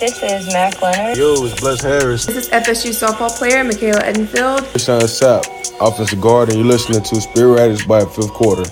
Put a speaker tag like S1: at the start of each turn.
S1: This is Mac Leonard.
S2: Yo, it's Bless Harris.
S3: This is FSU softball player Michaela Edenfield.
S4: Sean Sapp, offensive guard, and you're listening to Spirit Riders by Fifth Quarter.